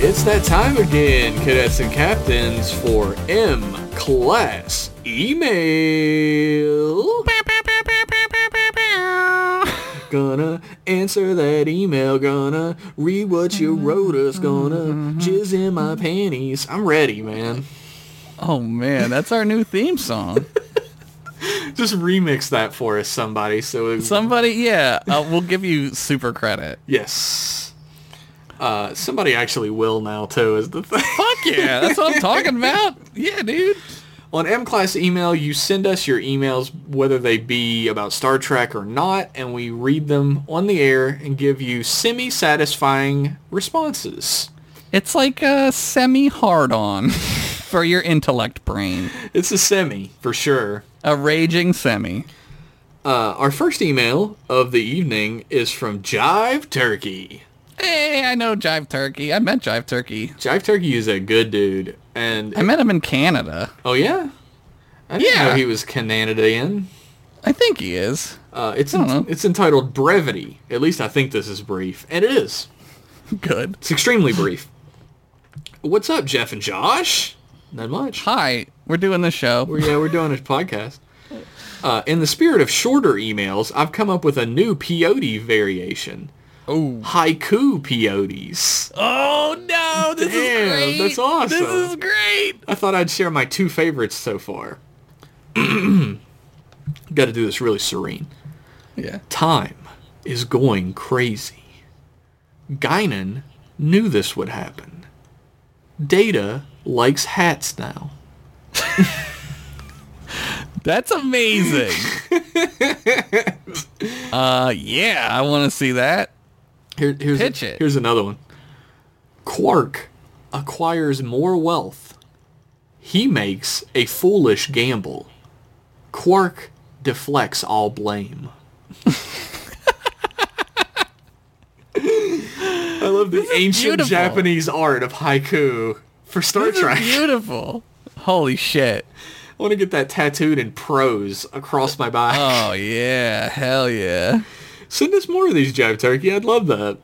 It's that time again, cadets and captains, for M Class Email. Gonna answer that email, gonna read what you wrote us, gonna jizz in my panties. I'm ready, man. Oh man, that's our new theme song. Just remix that for us, somebody. So it, Somebody, yeah, uh, we'll give you super credit. yes, uh, somebody actually will now too. Is the thing. Fuck yeah, that's what I'm talking about. Yeah, dude. On M Class email, you send us your emails, whether they be about Star Trek or not, and we read them on the air and give you semi-satisfying responses. It's like a semi-hard on for your intellect brain. It's a semi, for sure. A raging semi. Uh, our first email of the evening is from Jive Turkey. Hey, I know Jive Turkey. I met Jive Turkey. Jive Turkey is a good dude, and I met him in Canada. oh yeah, I didn't Yeah. know he was Canadian. I think he is. Uh, it's I don't know. it's entitled Brevity. At least I think this is brief, and it is. Good. It's extremely brief. What's up, Jeff and Josh? Not much. Hi, we're doing the show. We're, yeah, we're doing a podcast. Uh, in the spirit of shorter emails, I've come up with a new peyote variation. Oh. Haiku peyotes. Oh no, this Damn, that's awesome. This is great. I thought I'd share my two favorites so far. Got to do this really serene. Yeah. Time is going crazy. Guinan knew this would happen. Data likes hats now. That's amazing. uh yeah, I want to see that. Here, here's Pitch it. Here's another one. Quark acquires more wealth. He makes a foolish gamble. Quark deflects all blame. I love the ancient beautiful. Japanese art of haiku for Star This Trek. is beautiful. Holy shit. I want to get that tattooed in prose across my back. Oh yeah, hell yeah. Send us more of these, Jab Turkey. I'd love that.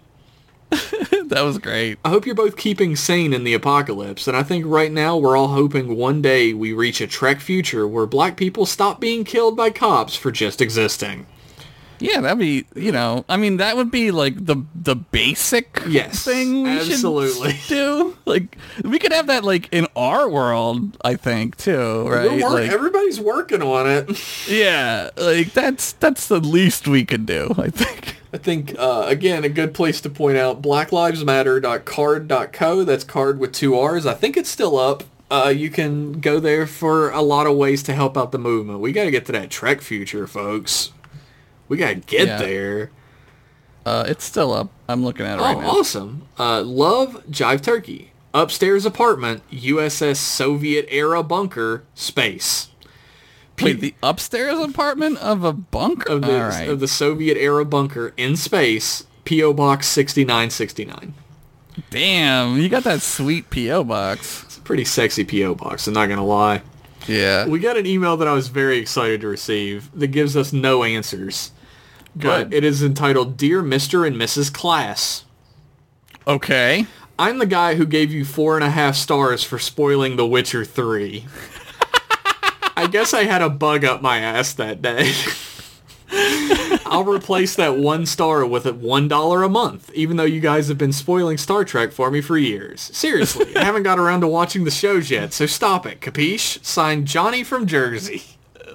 that was great. I hope you're both keeping sane in the apocalypse, and I think right now we're all hoping one day we reach a Trek future where black people stop being killed by cops for just existing. Yeah, that'd be, you know, I mean, that would be like the the basic Yes, thing we absolutely. should do. Like, we could have that like in our world, I think too, We're right? work- Like, everybody's working on it. yeah, like that's that's the least we could do, I think. I think, uh, again, a good place to point out blacklivesmatter.card.co. That's card with two R's. I think it's still up. Uh, you can go there for a lot of ways to help out the movement. We got to get to that Trek future, folks. We got to get Yeah. there. Uh, it's still up. I'm looking at it right oh, now. awesome. Uh, love Jive Turkey. Upstairs apartment, USS Soviet era bunker, space. Wait, the upstairs apartment of a bunker. Of the, All right. of the Soviet era bunker in space, P.O. Box 6969. Damn, you got that sweet PO box. It's a pretty sexy P.O. Box, I'm not going to lie. Yeah. We got an email that I was very excited to receive that gives us no answers. But Good. it is entitled Dear Mr. and Mrs. Class. Okay. I'm the guy who gave you four and a half stars for spoiling The Witcher 3. I guess I had a bug up my ass that day. I'll replace that one star with a one dollar a month, even though you guys have been spoiling Star Trek for me for years. Seriously, I haven't got around to watching the shows yet, so stop it, capiche? Signed Johnny from Jersey.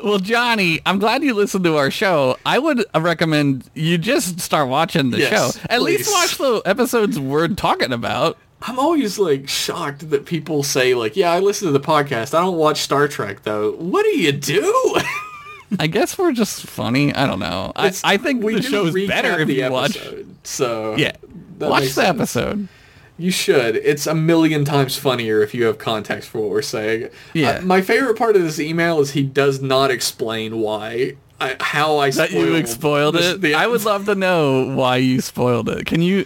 Well, Johnny, I'm glad you listened to our show. I would recommend you just start watching the Yes, show. At least please. watch the episodes we're talking about. I'm always like shocked that people say like, yeah, I listen to the podcast. I don't watch Star Trek though. What do you do? I guess we're just funny. I don't know. I, It's- I think we the do show is recap better if the you watch. episode, So Yeah. that watch makes the sense. episode. You should. It's a million times funnier if you have context for what we're saying. Yeah. Uh, my favorite part of this email is he does not explain why, I, how I That you spoiled this- it. the- I would love to know why you spoiled it. Can you?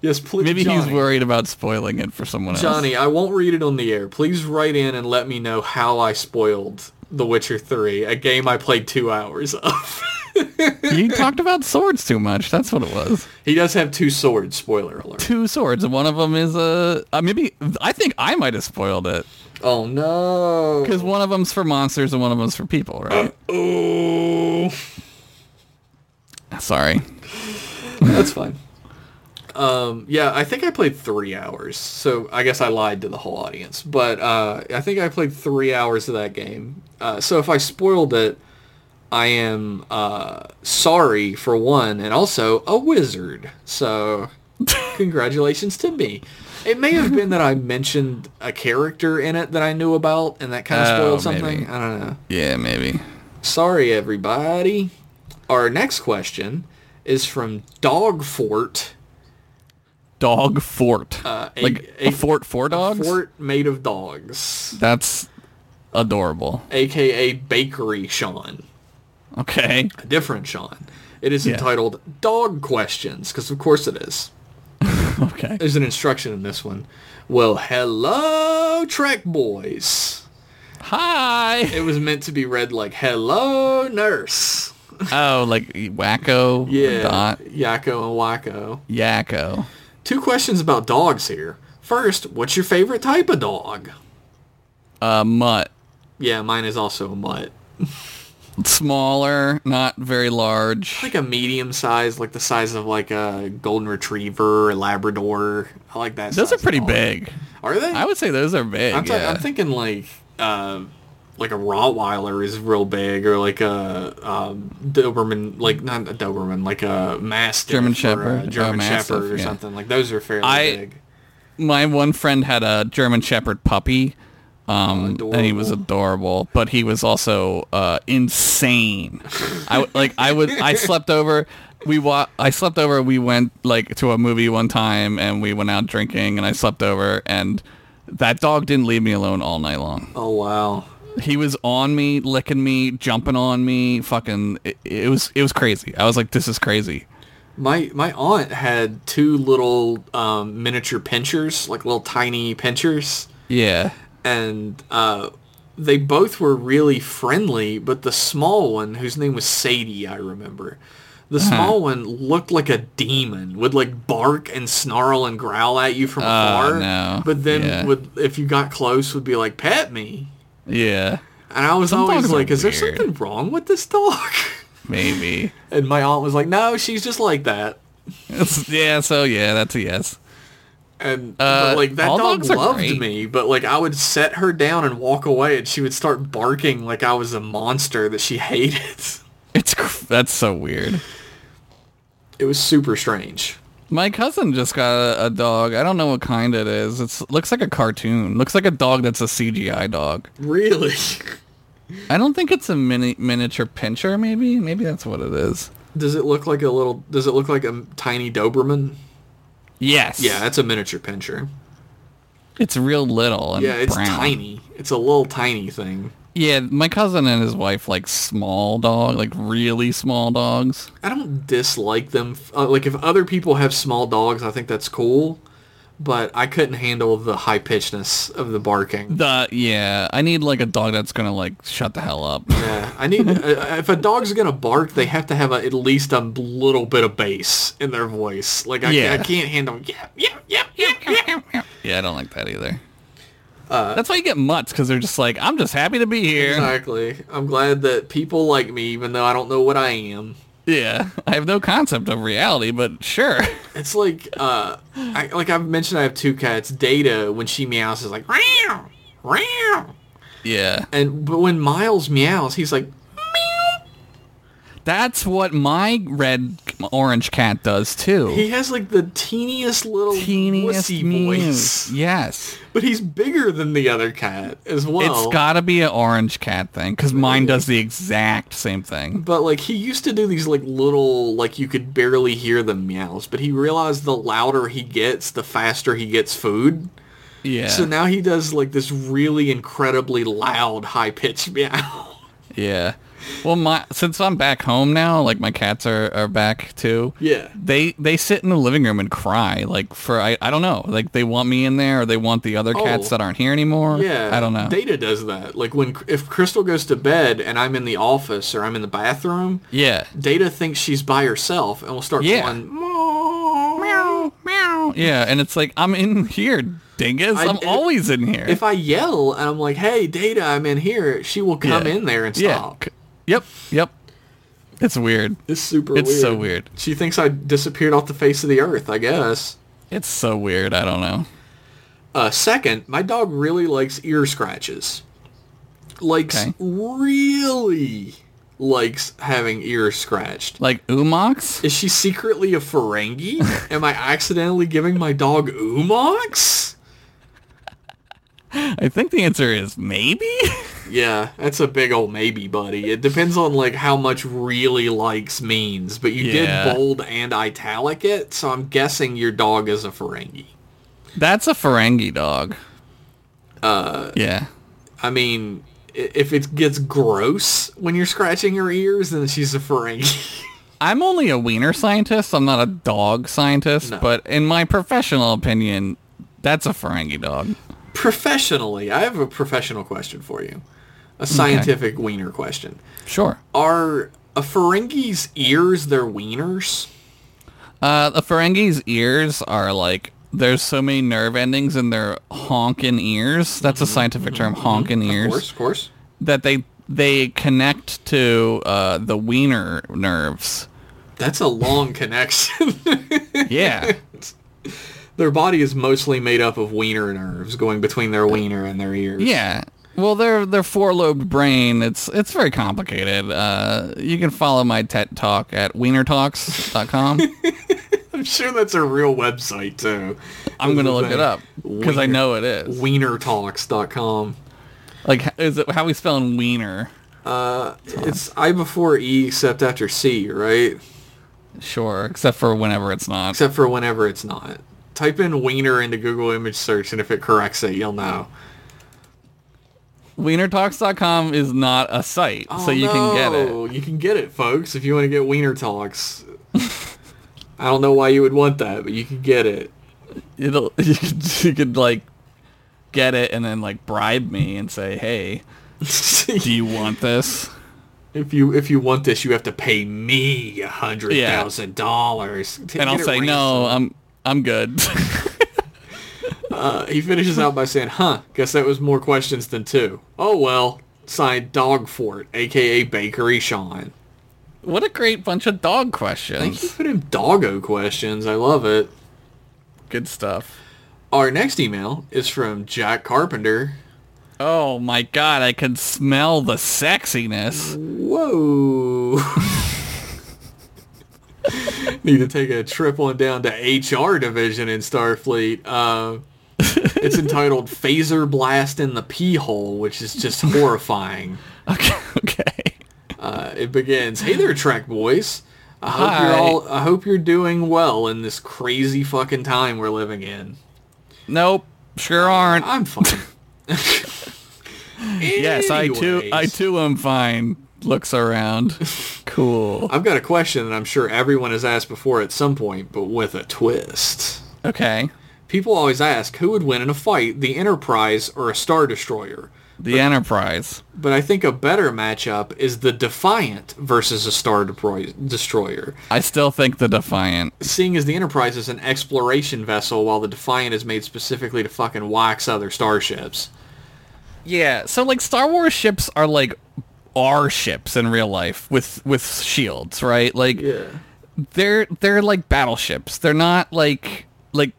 yes, please. Maybe he's Johnny. worried about spoiling it for someone else. Johnny, I won't read it on the air. Please write in and let me know how I spoiled The Witcher 3, a game I played two hours of. you talked about swords too much. That's what it was. He does have two swords. Spoiler alert. Two swords, and one of them is a. Uh, maybe I think I might have spoiled it Oh no. because one of them's for monsters and one of them's for people, right? Oh, Sorry. that's fine. Um, yeah, I think I played three hours, so I guess I lied to the whole audience. But uh, I think I played three hours of that game. Uh, so if I spoiled it, I am uh, sorry for one, and also a wizard. So congratulations to me. It may have been that I mentioned a character in it that I knew about, and that kind of Oh, spoiled something. maybe. I don't know. Yeah, maybe. Sorry, everybody. Our next question is from Dogfort. Dog fort. Uh, a- like a, a- fort for dogs. Fort made of dogs, That's adorable. aka Bakery Sean. Okay. A different Sean. It is Yeah. entitled Dog Questions, because of course it is. Okay. There's an instruction in this one. Well, hello, Trek Boys. Hi. It was meant to be read like, hello, nurse. Oh, like wacko. Yeah. Dot. Yakko and Wacko. Yakko. Two questions about dogs here. First, what's your favorite type of dog? Uh, mutt. Yeah, mine is also a mutt. Smaller, not very large. Like a medium size, like the size of like a golden retriever, a Labrador. I like that. Those are size pretty dog. big. Are they? I would say those are big. I'm, thi- yeah. I'm thinking like uh, like a Rottweiler is real big, or like a um, Doberman, like not a Doberman, like a Mastiff, German or a Shepherd. Oh, German Mastiff, Shepherd, or yeah. something. Like those are fairly I- big. My one friend had a German Shepherd puppy, um, Oh, and he was adorable. adorable, but he was also uh, insane. I w- like I would I slept over. We wa- I slept over. We went like to a movie one time, and we went out drinking, and I slept over, and that dog didn't leave me alone all night long. Oh wow. He was on me, licking me, jumping on me, fucking. It, it was it was crazy. I was like, this is crazy. My my aunt had two little um, miniature pinchers, like little tiny pinchers, Yeah. and uh, they both were really friendly. But the small one, whose name was Sadie, I remember, Mm-hmm. the small one looked like a demon, would like bark and snarl and growl at you from afar. Oh, no. But then Yeah. would if you got close, would be like pet me, Yeah. and I was Some always dogs are like, is there weird. something wrong with this dog? Maybe. and my aunt was like, no, she's just like that. It's- yeah. So yeah, that's a yes. And Uh, but like that all dog dogs are loved great. me, but like I would set her down and walk away, and she would start barking like I was a monster that she hated. It's cr- that's so weird. It was super strange. My cousin just got a, a dog. I don't know what kind it is. It looks like a cartoon. Looks like a dog that's a CGI dog. Really, I don't think it's a mini miniature pincher. Maybe maybe that's what it is. does it look like a little? Does it look like a tiny Doberman? Yes. Yeah, that's a miniature pincher. It's real little. And Yeah, it's brown. tiny. It's a little tiny thing. Yeah, my cousin and his wife like small dog, like really small dogs. I don't dislike them. Uh, like if other people have small dogs, I think that's cool. But I couldn't handle the high pitchedness of the barking. The yeah, I need like a dog that's gonna like shut the hell up. Yeah, I need. uh, if a dog's gonna bark, they have to have a, at least a little bit of bass in their voice. Like I, Yeah. I can't handle. Yeah, yeah, yeah, yeah, yeah. yeah, I don't like that either. Uh, that's why you get mutts because they're just like, I'm just happy to be here. Exactly. I'm glad that people like me, even though I don't know what I am. Yeah, I have no concept of reality, but sure. It's like, uh, I, like I've mentioned, I have two cats. Data, when she meows, is like meow, meow, Yeah, and but when Miles meows, he's like that's what my red orange cat does too. he has like the teeniest little Teeniest wussy mews. voice, Yes, but he's bigger than the other cat as well. it's got to be an orange cat thing because mine does the exact same thing. But like he used to do these like little like you could barely hear the meows, but he realized the louder he gets, the faster he gets food. Yeah, So now he does like this really incredibly loud high pitched meow. yeah. Well, my since I'm back home now, like my cats are, are back too. Yeah. They they sit in the living room and cry like for I, I don't know like they want me in there or they want the other cats Oh. that aren't here anymore. Yeah, I don't know. Data does that. Like when if Crystal goes to bed and I'm in the office or I'm in the bathroom, yeah. Data thinks she's by herself and will start Yeah. going meow. Meow. Yeah, and it's like I'm in here, dingus. I- I, am if- always in here. If I yell and I'm like, "Hey, Data, I'm in here," she will come Yeah. in there and yeah. stop. C- Yep. Yep. It's weird. It's super. It's weird. so weird. She thinks I disappeared off the face of the earth. I guess. It's so weird. I don't know. Uh, second, my dog really likes ear scratches. Likes Okay. really likes having ears scratched. Like Umox. Is she secretly a Ferengi? Am I accidentally giving my dog Umox? I think the answer is maybe. Yeah, that's a big old maybe, buddy. It depends on like how much really likes means, but you Yeah. did bold and italic it, so I'm guessing your dog is a Ferengi. That's a Ferengi dog. Uh. Yeah. I mean, i- if it gets gross when you're scratching her ears, then she's a Ferengi. I'm only a wiener scientist. I'm not a dog scientist, No. but in my professional opinion, that's a Ferengi dog. Professionally, I have a professional question for you. A scientific wiener question. Sure. Are a Ferengi's ears their wieners? Uh, the Ferengi's ears are like there's so many nerve endings in their honkin' ears. That's a scientific term, honkin' Mm-hmm. Of course, ears. of course. That they they connect to uh, the wiener nerves. That's a long connection. Yeah, their body is mostly made up of wiener nerves going between their wiener and their ears. yeah. Well, their their four lobed brain. It's it's very complicated. Uh, you can follow my TED talk at wienertalks.com. I'm sure that's a real website too. I'm gonna look Thing. it up because I Wiener- know it is. Wienertalks.com. Like, h- is it how we spelling wiener? It's I before E except after C, right? Sure, except for whenever it's not. Except for whenever it's not. Type in wiener into Google image search and if it corrects it, you'll know. wienertalks.com is not a site, so Oh, you can get it. no. You can get it, folks, if you want to get Wiener Talks. I don't know why you would want that, but you can get it. It'll you could, you could like get it and then like bribe me and say, "Hey, do you want this?" if you if you want this, you have to pay me a hundred thousand dollars. And I'll say, "No, I'm I'm good." uh, He finishes out by saying, "Huh? Guess that was more questions than two. Oh well." Signed Dog Fort, aka Bakery Sean. what a great bunch of dog Thank you questions. for them doggo questions. I love it. Good stuff. Our next email is from Jack Carpenter. Oh my god, I can smell the sexiness. Mm. Whoa. Need to take a trip on down to HR division in Starfleet. Uh, it's entitled Phaser Blast in the Pee Hole, which is just horrifying. Okay, okay. Uh, it begins, Hey there, Trek boys. I hope you're Hi. all I hope you're doing well in this crazy fucking time we're living in. Nope, sure aren't. I'm fine. Yes, I too I Anyways. too am fine. Looks around. Cool. I've got a question that I'm sure everyone has asked before at some point, but with a twist. Okay. People always ask who would win in a fight, the Enterprise or a Star Destroyer. The Enterprise. But I think a better matchup is the Defiant versus a Star Depro- Destroyer, I still think the Defiant. seeing as the Enterprise is an exploration vessel while the Defiant is made specifically to fucking wax other starships. Yeah. So like Star Wars ships are like our ships in real life with with shields, right? Like they're they're like battleships. They're not like like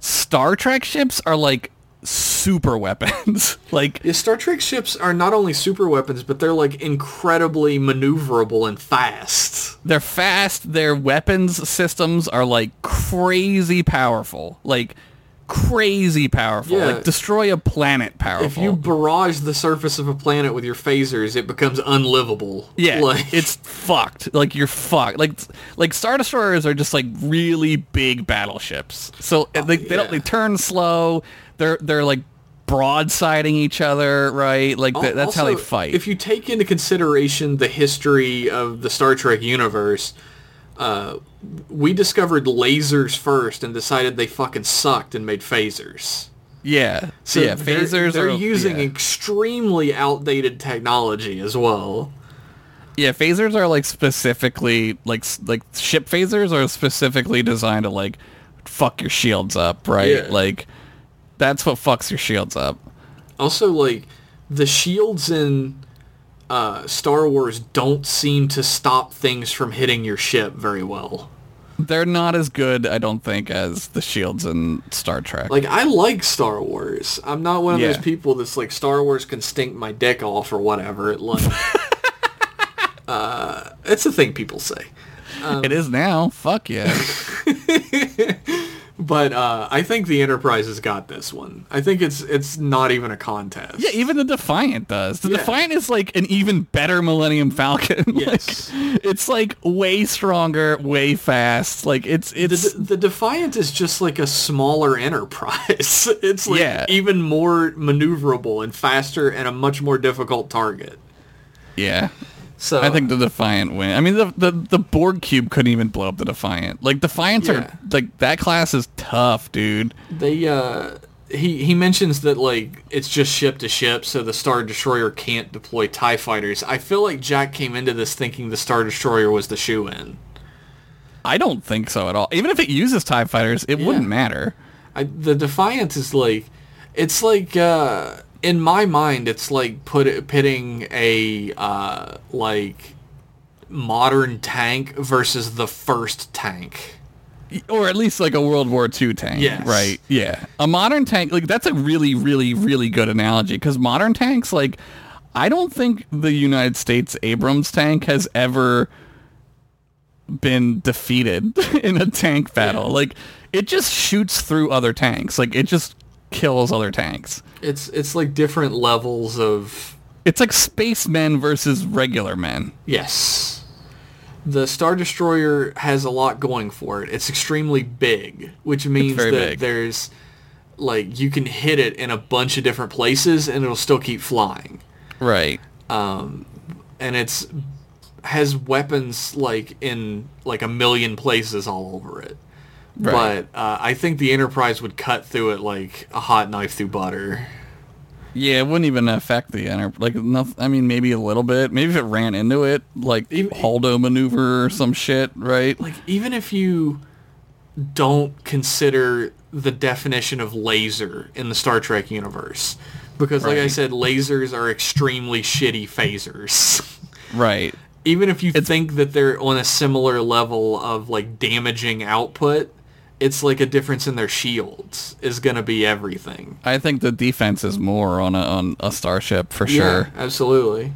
Star Trek ships are like super weapons. like Yeah, Star Trek ships are not only super weapons, but they're like incredibly maneuverable and fast. They're fast. Their weapons systems are like crazy powerful. Like crazy powerful. Yeah. Like destroy a planet powerful. If you barrage the surface of a planet with your phasers, it becomes unlivable. yeah, Like- it's fucked. Like you're fucked. Like like star destroyers are just like really big battleships. So uh, they, they don't Oh, yeah. they turn slow. They're they're like broadsiding each other, right? Like th- that's how they Also, fight. If you take into consideration the history of the Star Trek universe, uh, we discovered lasers first and decided they fucking sucked and made phasers. yeah, So yeah, they're- phasers They're are using yeah. extremely outdated technology as well. Yeah, phasers are like specifically like s- like ship phasers are specifically designed to like fuck your shields up, right? Yeah. Like that's what fucks your shields up. Also, like the shields in uh, Star Wars don't seem to stop things from hitting your ship very well. They're not as good, I don't think, as the shields in Star Trek. Like I like Star Wars. I'm not one of Yeah. those people that's like Star Wars can stink my dick off or whatever. It like uh, it's a thing people say. it is now. Fuck yeah. But uh, I think the Enterprise has got this one. I think it's it's not even a contest. yeah, even the Defiant does. The Yeah. Defiant is like an even better Millennium Falcon. Like, Yes. it's like way stronger, way fast. Like it's it's The, the Defiant is just like a smaller Enterprise. It's like Yeah. even more maneuverable and faster and a much more difficult target. yeah. So I think the Defiant win. I mean, the, the the Borg cube couldn't even blow up the Defiant. Like Defiants Yeah. are like that class is tough, dude. They uh he he mentions that like it's just ship to ship, so the Star Destroyer can't deploy TIE fighters. I feel like Jack came into this thinking the Star Destroyer was the shoe in. I don't think so at all. Even if it uses Tie Fighters, it wouldn't matter. I, the Defiant is like it's like uh in my mind it's like put pitting a uh like modern tank versus the first tank. Or at least like a World War II tank, Yes. right? Yeah, a modern tank. Like that's a really, really, really good analogy because modern tanks, like, I don't think the United States Abrams tank has ever been defeated in a tank battle. Like it just shoots through other tanks. Like it just kills other tanks. It's it's like different levels of It's like spacemen versus regular men. Yes. The Star Destroyer has a lot going for it. It's extremely big, which means very that big. there's like you can hit it in a bunch of different places and it'll still keep flying. Right. And it's has weapons like in like a million places all over it. Right. But uh, I think the Enterprise would cut through it like a hot knife through butter. Yeah, it wouldn't even affect the enter. Like, nothing, I mean, maybe a little bit. Maybe if it ran into it, like Even- Haldo maneuver or some shit, right? like even if you don't consider the definition of laser in the Star Trek universe because like I Right. said lasers are extremely shitty phasers Right. even if you think that they're on a similar level of like damaging output it's like a difference in their shields is going to be everything I think the defense is more on a on a starship for yeah, sure. absolutely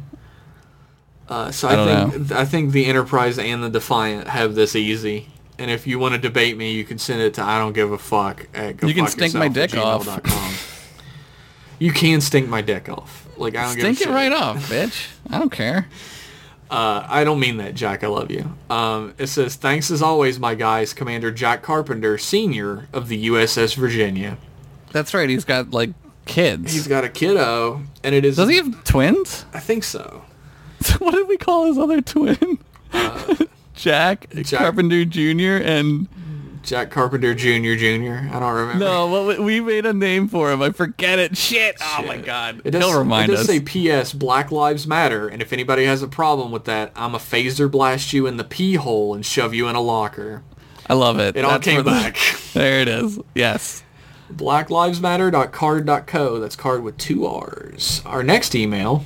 uh, so I, don't think I think the Enterprise and the Defiant have this easy. And if you want to debate me, you can send it to I don't give a fuck. At go You can fuck stink my yourself at dick off. gmail.com. you can stink my dick off. Like I don't Stink give a shit. it right off, bitch. I don't care. Uh, I don't mean that, Jack. I love you. Um, it says thanks as always, my guys. Commander Jack Carpenter, Senior of the USS Virginia. That's right. He's got like kids. He's got a kiddo, and it is. Does he have twins? I think so. what did we call his other twin? Jack, Jack- Carpenter Jr. and Jack Carpenter Junior, Junior. I don't remember. no, what we- we made a name for him. I forget it. Shit. Oh my god. It does, He'll remind it does us. say P.S. Black Lives Matter, and if anybody has a problem with that, I'm a phaser blast you in the pee hole and shove you in a locker. I love it. It all That's came where the- back. there it is. Yes. blacklivesmatter.card.co. That's card with two R's. Our next email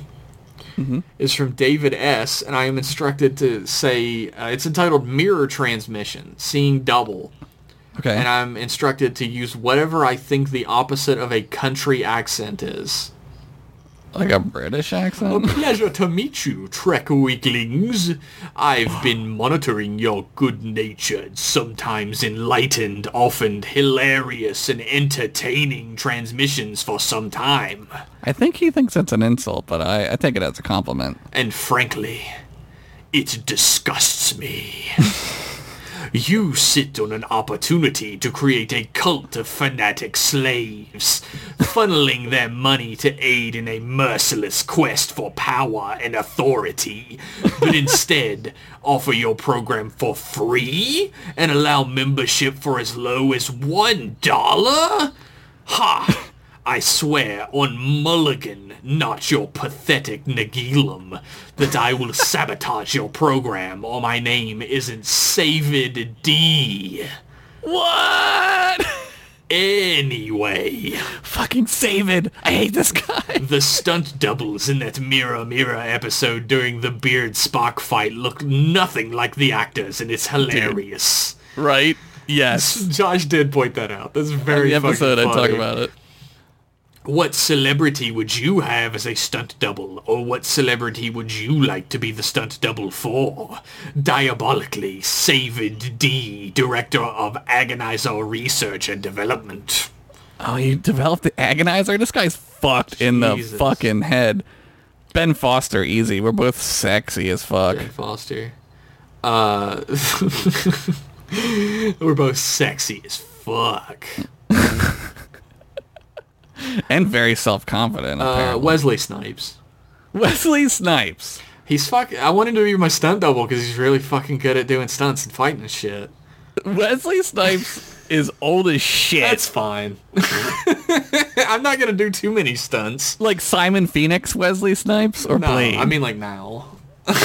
is from David S., and I am instructed to say uh, it's entitled Mirror Transmission, Seeing Double. Okay. And I'm instructed to use whatever I think the opposite of a country accent is. like a British accent. Pleasure to meet you, Trek Weaklings. I've been monitoring your good-natured, sometimes enlightened, often hilarious and entertaining transmissions for some time. I think he thinks that's an insult, but I, I take it as a compliment. And frankly, it disgusts me. You sit on an opportunity to create a cult of fanatic slaves, funneling their money to aid in a merciless quest for power and authority, but instead offer your program for free and allow membership for as low as one dollar? Ha! I swear on Mulligan, not your pathetic Nagilum, that I will sabotage your program or my name isn't Savid D. What? Anyway, Fucking save it. I hate this guy. the stunt doubles in that Mira Mira episode during the Beard Spock fight look nothing like the actors and it's hilarious. Right? Yes. Josh did point that out. That's very The episode I fucking talk funny. about it. What celebrity would you have as a stunt double, or what celebrity would you like to be the stunt double for? Diabolically, Savid D, director of Agonizer Research and Development. Oh, you developed the agonizer? This guy's fucked in the Jesus. fucking head. Ben Foster, easy. We're both sexy as fuck. Foster. Uh, we're both sexy as fuck. Uh, And very self confident, Uh, apparently. Wesley Snipes. Wesley Snipes. He's fuck. I want him to be my stunt double because he's really fucking good at doing stunts and fighting and shit. Wesley Snipes is old as shit. That's fine. I'm not gonna do too many stunts. like Simon Phoenix Wesley Snipes or No, Blade? I mean like now.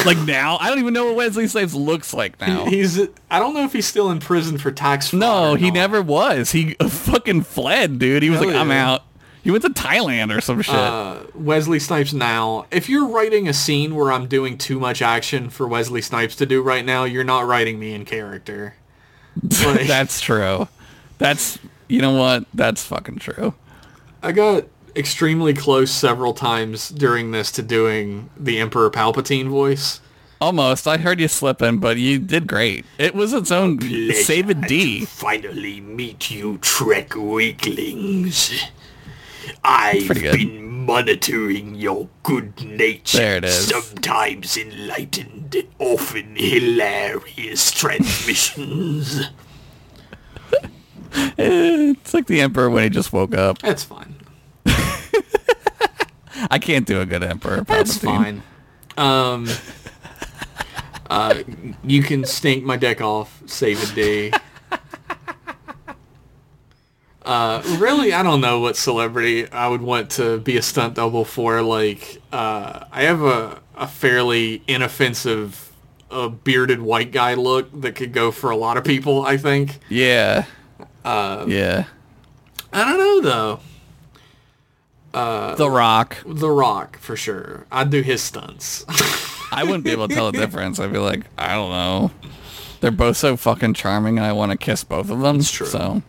like now? I don't even know what Wesley Snipes looks like now. He's. I don't know if he's still in prison for tax fraud. no, or he not. never was. He uh, fucking fled, dude. He was Hell like, I'm yeah. out. He went to Thailand or some shit. Uh, Wesley Snipes now. If you're writing a scene where I'm doing too much action for Wesley Snipes to do right now, you're not writing me in character. like- That's true. That's you know what? That's fucking true. I got extremely close several times during this to doing the Emperor Palpatine voice. Almost. I heard you slipping, but you did great. It was its own save a D. finally meet you, Trek Weaklings. I've pretty good. been monitoring your good nature, There it is. sometimes enlightened, often hilarious transmissions. Eh, It's like the emperor when he just woke up. That's fine. I can't do a good emperor. That's fine. Palpatine. Um, uh, you can stink my deck off, save a day. Uh, really, I don't know what celebrity I would want to be a stunt double for. Like, uh, I have a, a fairly inoffensive uh, bearded white guy look that could go for a lot of people, I think. Yeah. Um, yeah. I don't know, though. uh, the Rock. The Rock, for sure. I'd do his stunts. I wouldn't be able to tell the difference. I'd be like, I don't know. They're both so fucking charming, and I want to kiss both of them. true. So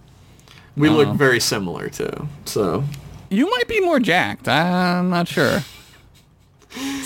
we look very similar, too. So, you might be more jacked. I'm not sure.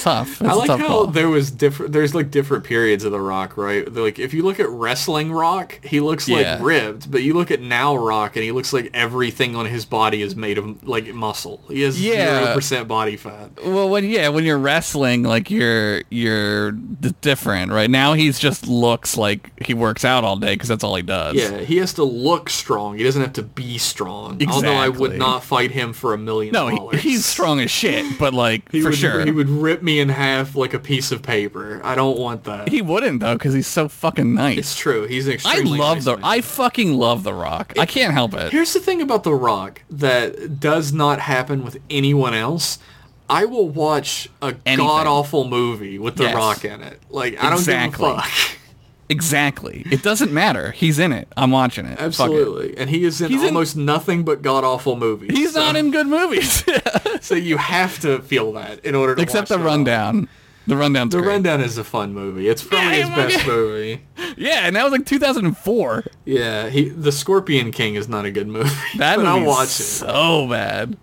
Tough. It's I a like tough how call. there was different. There's like different periods of The Rock, right? They're, like if you look at wrestling Rock, he looks Yeah. like ripped, but you look at now Rock, and he looks like everything on his body is made of like muscle. He has Yeah. zero percent body fat. Well, when yeah, when you're wrestling, like you're you're d- different, right? Now he's just looks like he works out all day because that's all he does. Yeah, he has to look strong. He doesn't have to be strong. Although I would Exactly. not fight him for a million No, he, dollars. he's strong as shit, but like He for would, sure He would rip me in half like a piece of paper. I don't want that. he wouldn't though because he's so fucking nice. It's true. He's an I extremely love nice the man. I fucking love the Rock. I can't help it. Here's the thing about The Rock that does not happen with anyone else. I will watch a Anything. god awful movie with The Yes. Rock in it. Like I don't Exactly. give a fuck. Exactly. It doesn't matter. He's in it. I'm watching it. Fuck it. Absolutely, and he is in He's in- almost nothing but god awful movies. He's so, not in good movies. So you have to feel that in order to watch Except the Rock. rundown. The rundown's The great. Rundown is a fun movie. It's probably Yeah, his it might best be. movie. yeah, and that was like 2004. Yeah, he the Scorpion King is not a good movie, That but movie's I'll watch it. so bad.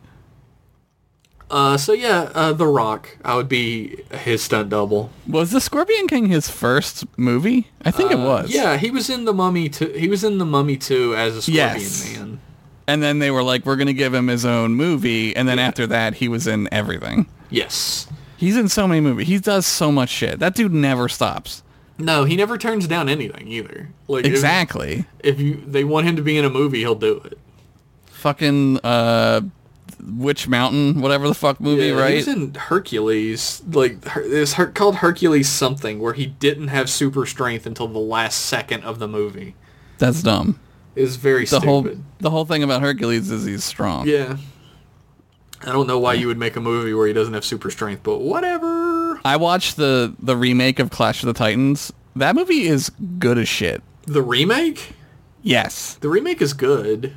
Uh, so yeah, uh, The Rock. I would be his stunt double. Was The Scorpion King his first movie? I think it was. Uh, Yeah, he was in the Mummy too. He was in the Mummy too as a Scorpion Yes. Man. And then they were like, we're going to give him his own movie. And then after that, he was in everything. Yes. He's in so many movies. He does so much shit. That dude never stops. No, he never turns down anything either. Like if- Exactly. If, you they want him to be in a movie, he'll do it. Fucking uh, Witch Mountain, whatever the fuck movie, Yeah, He right? was in Hercules, like Her- it's her- called Hercules something, where he didn't have super strength until the last second of the movie. That's dumb. It was very The stupid. whole the whole thing about Hercules is he's strong. Yeah. I don't know why you would make a movie where he doesn't have super strength, but whatever. I watched the the remake of Clash of the Titans. That movie is good as shit. The remake? Yes, The remake is good.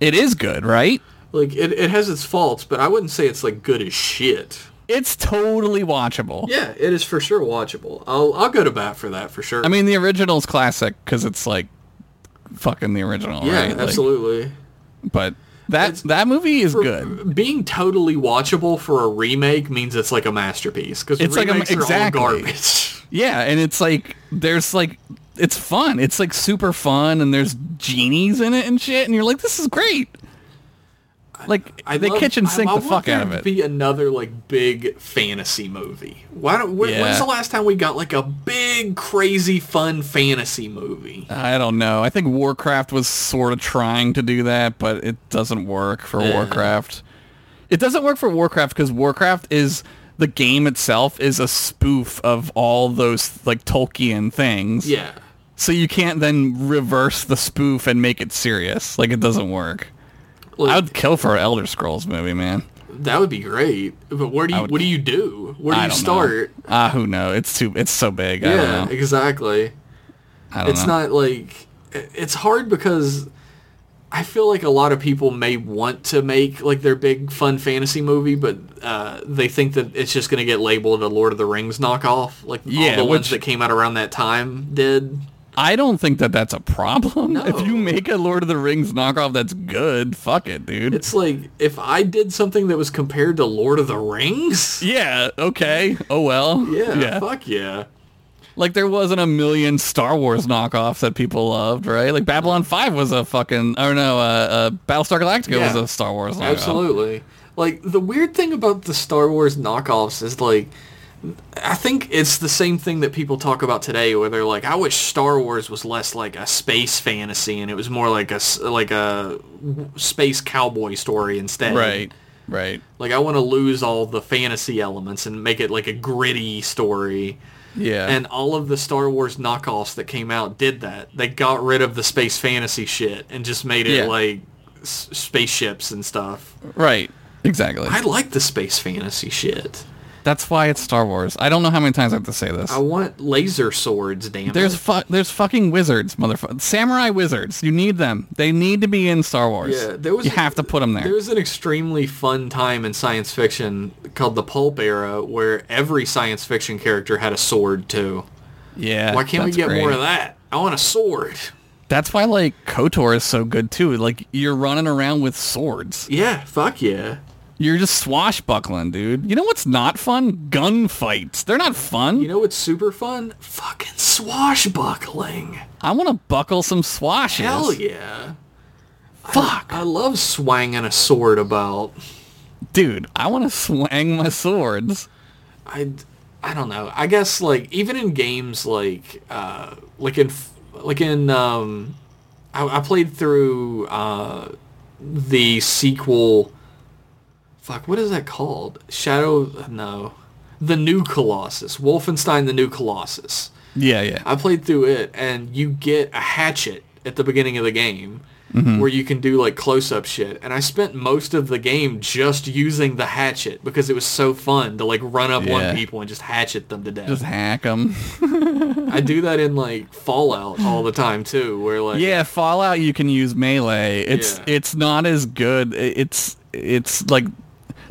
it is good, right? Like it, it has its faults, but I wouldn't say it's like good as shit. It's totally watchable. Yeah, it is for sure watchable. I'll I'll go to bat for that for sure. I mean, the original's classic because it's like fucking the original, yeah, right? Like, absolutely. but that that movie is good. Being totally watchable for a remake means it's like a masterpiece because It's like a- remakes exactly. are all garbage. Yeah, and it's like there's like it's fun. It's like super fun, and there's genies in it and shit, and you're like, this is great. Like I they love- kitchen I- sink I the fuck want there out of to it. Be another like big fantasy movie. Why don't? When, Yeah. When's the last time we got like a big crazy fun fantasy movie? I don't know. I think Warcraft was sort of trying to do that, but it doesn't work for Warcraft. It doesn't work for Warcraft because Warcraft is the game itself is a spoof of all those like Tolkien things. Yeah, So you can't then reverse the spoof and make it serious. Like it doesn't work. I Like, would kill for an Elder Scrolls movie, man. that would be great. But where do you? what do you do? Where do I you don't start? know. Ah, who knows? It's too. It's so big. I Yeah, don't know. exactly. I don't It's know. not like i- it's hard because I feel like a lot of people may want to make like their big fun fantasy movie, but uh, they think that it's just going to get labeled a Lord of the Rings knockoff, like Yeah, all the which- ones that came out around that time did. I don't think that that's a problem. No. If you make a Lord of the Rings knockoff that's good, fuck it, dude. It's like if I did something that was compared to Lord of the Rings. yeah. Okay. Oh well. Yeah, fuck yeah. Like there wasn't a million Star Wars knockoffs that people loved, right? Like Babylon Five was a fucking. Or no, uh, uh, Battlestar Galactica was Yeah. a Star Wars knockoff. Absolutely. Like the weird thing about the Star Wars knockoffs is like I think it's the same thing that people talk about today where they're like I wish Star Wars was less like a space fantasy and it was more like a s- like a w- space cowboy story instead. Right. Right. Like I want to lose all the fantasy elements and make it like a gritty story. Yeah. And all of the Star Wars knockoffs that came out did that. They got rid of the space fantasy shit and just made it Yeah. like s- spaceships and stuff. right. Exactly. I like the space fantasy shit. That's why it's Star Wars. I don't know how many times I have to say this. I want laser swords, damn There's it. fu- there's fucking wizards, motherfucker. Samurai wizards. You need them. They need to be in Star Wars. Yeah, there was you have to put them there. There was an extremely fun time in science fiction called the pulp era where every science fiction character had a sword too. yeah. Why can't we that's get great. more of that? I want a sword. That's why like Kotor is so good too. Like you're running around with swords. Yeah, fuck yeah. You're just swashbuckling, dude. You know what's not fun? Gunfights. They're not fun. You know what's super fun? Fucking swashbuckling. I want to buckle some swashes. Hell yeah. Fuck, I love swanging a sword about. dude. I want to swang my swords. I, I don't know. I guess like even in games like uh like in f- like in um I, I played through uh the sequel fuck what is that called? Shadow no. The New Colossus. Wolfenstein the New Colossus. Yeah, yeah. I played through it, and you get a hatchet at the beginning of the game Mm-hmm. where you can do like close-up shit. And I spent most of the game just using the hatchet because it was so fun to like run up Yeah. on people and just hatchet them to death. Just hack them. I do that in like Fallout all the time too, where like Yeah, Fallout you can use melee. It's Yeah. it's not as good. I- It's it's like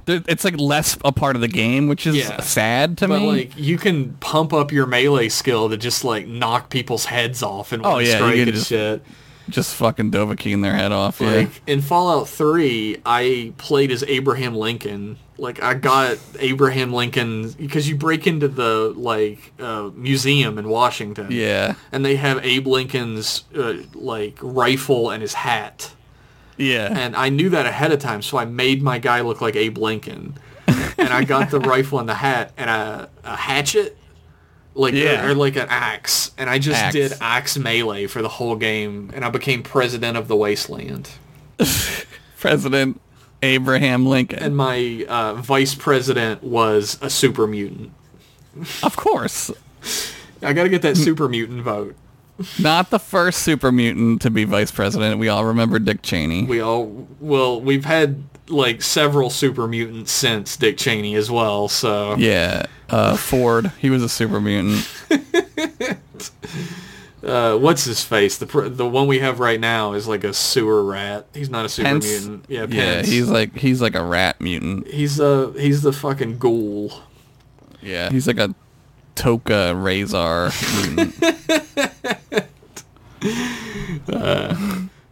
there- it's like less a part of the game, which is Yeah. sad to But me. like you can pump up your melee skill to just like knock people's heads off in one Oh, yeah, you strike can and just- shit. Just fucking Dovahkiing their head off. Yeah. Like in Fallout 3, I played as Abraham Lincoln. Like I got Abraham Lincoln because you break into the like uh, museum in Washington. yeah, And they have Abe Lincoln's uh, like rifle and his hat. yeah, And I knew that ahead of time, so I made my guy look like Abe Lincoln. and I got the rifle and the hat and a, a hatchet like Yeah. or, or like an axe, and I just Axe. did axe melee for the whole game, and I became president of the wasteland. President Abraham Lincoln. And my uh, vice president was a super mutant. of course. I gotta get that Hmm. super mutant vote. Not the first super mutant to be vice president. We all remember Dick Cheney. We all well, we've had like several super mutants since Dick Cheney as well. So yeah. Uh, Ford. He was a super mutant. uh, what's his face? The pr- the one we have right now is like a sewer rat. He's not a super Pence. mutant. Yeah, Yeah. Pence. He's like he's like a rat mutant. he's uh he's the fucking ghoul. Yeah. He's like a Toka Razor mutant.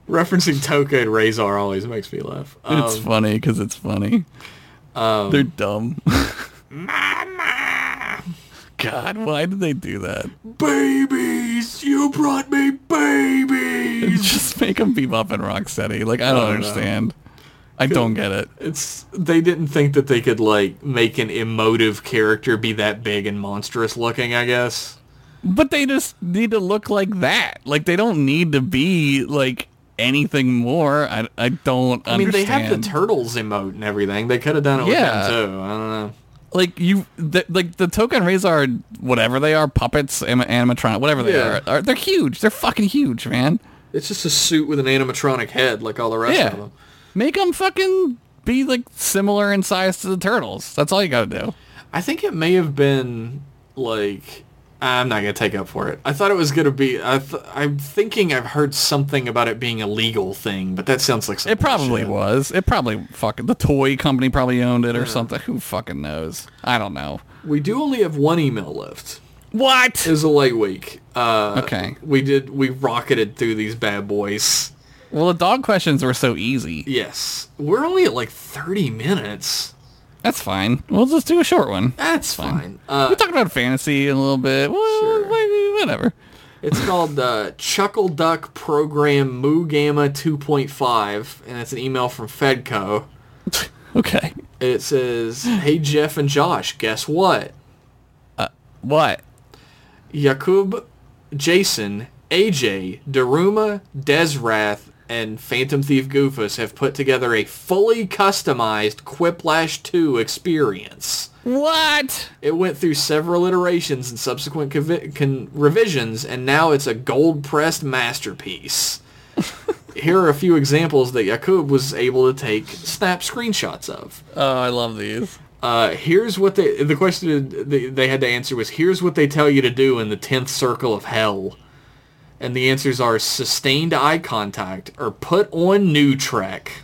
Referencing Toka and Razor always makes me laugh. it's Um, funny because it's funny. They're dumb. God, why did they do that? babies, you brought me babies. Just make them Bebop and Rocksteady. Like I don't don't know. understand. I don't get it. It's they didn't think that they could like make an emotive character be that big and monstrous looking. I guess. But they just need to look like that. Like they don't need to be like anything more. I, I don't I mean, they understand. have the turtles emote and everything. They could have done it with Yeah. them too. I don't know. like you the, like the token rays are whatever they are puppets anim- animatronic whatever they Yeah. are, are. They're huge. They're fucking huge, man. It's just a suit with an animatronic head, like all the rest of Yeah. them. Make them fucking be like similar in size to the turtles. That's all you got to do. I think it may have been like I'm not gonna take up for it. I thought it was gonna be. I th- I'm thinking I've heard something about it being a legal thing, but that sounds like some It probably bullshit. was. It probably fucking the toy company probably owned it or something. Who fucking knows? I don't know. We do only have one email left. What? It was a light week. Uh, Okay. We did. We rocketed through these bad boys. Well, the dog questions were so easy. Yes, we're only at like 30 minutes. That's fine. We'll just do a short one. That's fine. Uh, we talked about fantasy in a little bit. Well, Sure. maybe whatever. It's called uh, Chuckle Duck Program Moo Gamma 2.5, and it's an email from Fedco. Okay. It says, "Hey Jeff and Josh, guess what? What? Yakub, Jason, AJ, Daruma, Desrath, and Phantom Thief Goofus have put together a fully customized Quiplash 2 experience." What? It went through several iterations and subsequent convi- con- revisions, and now it's a gold-pressed masterpiece. Here are a few examples that Yakub was able to take snap screenshots of. Oh, I love these. Uh, here's what they, the question they they had to answer was, here's what they tell you to do in the 10th circle of hell. And the answers are sustained eye contact or put on new track.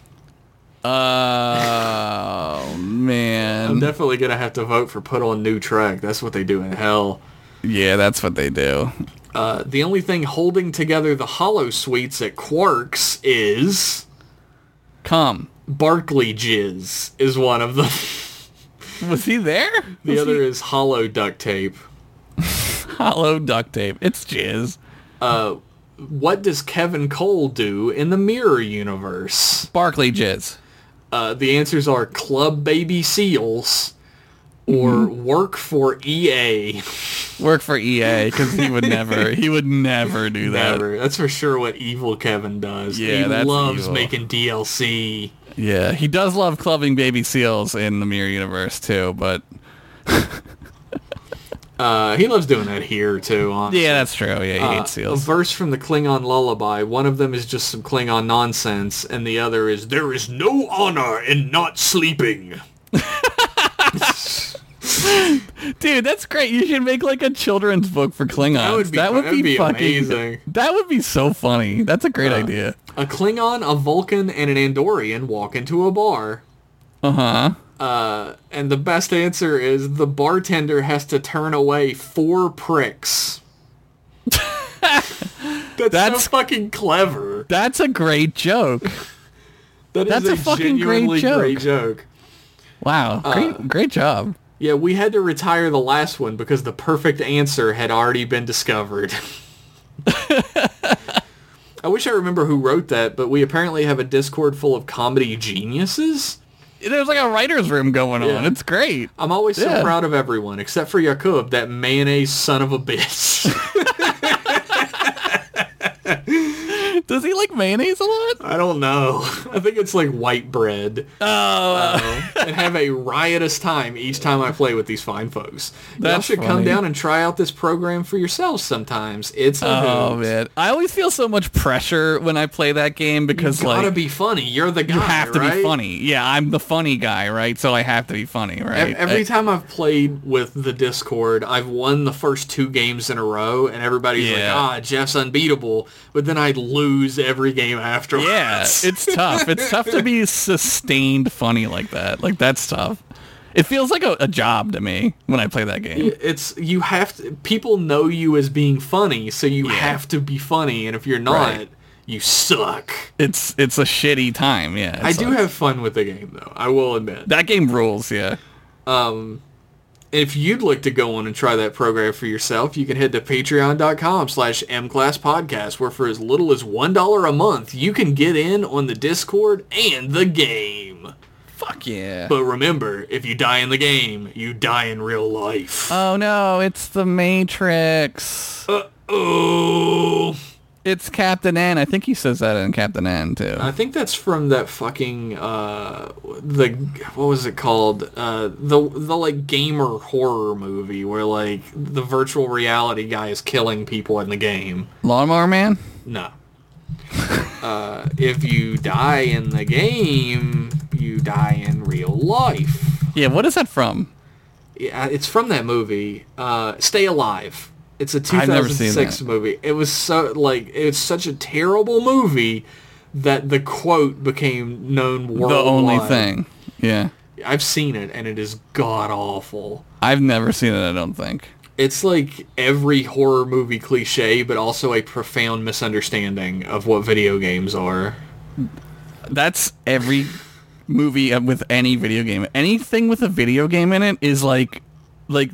Oh man. I'm definitely going to have to vote for put on new track. That's what they do in hell. yeah, that's what they do. Uh, the only thing holding together the hollow suites at Quarks is Come. Barkley Jizz is one of them. Was he there? the Was other is hollow duct tape. he- hollow duct tape. It's jizz. What does Kevin Cole do in the mirror universe? Barkley jizz. Uh, the answers are Club Baby Seals or Mm-hmm. work for E EA. Work for EA because he would never. He would never do that. Whatever. That's for sure what evil Kevin does. he Yeah, that's loves evil. making DLC. Yeah, he does love clubbing baby seals in the mirror universe too, but Uh, he loves doing that here too, honestly. yeah, that's true. Yeah, he hates Uh, A seals. verse from the Klingon lullaby. One of them is just some Klingon nonsense, and the other is "There is no honor in not sleeping." Dude, that's great. You should make like a children's book for Klingons. That would would be be, fu- that'd be fucking amazing. Uh. That would be so funny. That's a great idea. A Klingon, a Vulcan, and an Andorian walk into a bar. Uh-huh. Uh, and the best answer is the bartender has to turn away four pricks. That's, That's- so fucking clever. That's a great joke. That is that's a, a fucking great genuinely great joke. Wow. Uh. Great great job. Yeah, we had to retire the last one because the perfect answer had already been discovered. I wish I remember who wrote that, but we apparently have a Discord full of comedy geniuses. there's like a writer's room going on. Yeah. It's great. I'm always so Yeah. proud of everyone except for Yakub, that mayonnaise son of a bitch. Does he like mayonnaise a lot? I don't know. I think it's like white bread. Oh, uh, and have a riotous time each time I play with these fine folks. Y'all That's should come funny. down and try out this program for yourselves sometimes. It's a oh hoot. man, I always feel so much pressure when I play that game because gotta like be funny. You're the guy. you have to right? be funny. Yeah, I'm the funny guy, right? So I have to be funny, right? Ev- Every I- time I've played with the Discord, I've won the first two games in a row, and everybody's like, Yeah. "Ah, Jeff's unbeatable," but then I lose every game afterwards. yeah, it's tough. It's tough to be sustained funny like that. Like that's tough. It feels like a, a job to me when I play that game. it's you have to. People know you as being funny, so you have to be funny, and if you're not, Right. you suck. It's it's a shitty time. Yeah, I it's do like- have fun with the game though. I will admit. that game rules. Yeah. If you'd like to go on and try that program for yourself, you can head to patreon.com slash mclasspodcast, where for as little as $1 a month, you can get in on the Discord and the game. Fuck yeah. But remember, if you die in the game, you die in real life. Oh no, it's the Matrix. oh. It's Captain N. I think he says that in Captain N too. I think that's from that fucking uh the what was it called uh the the like gamer horror movie where like the virtual reality guy is killing people in the game. Lawnmower Man? No. uh, if you die in the game, you die in real life. Yeah, what is that from? Yeah, it's from that movie, uh, Stay Alive. It's a I've never seen 2006 that. movie. It was so like it's such a terrible movie that the quote became known worldwide. The only thing. Yeah. I've seen it and it is god awful. I've never seen it, I don't think. It's like every horror movie cliche, but also a profound misunderstanding of what video games are. That's every movie uh, with any video game. Anything with a video game in it is like like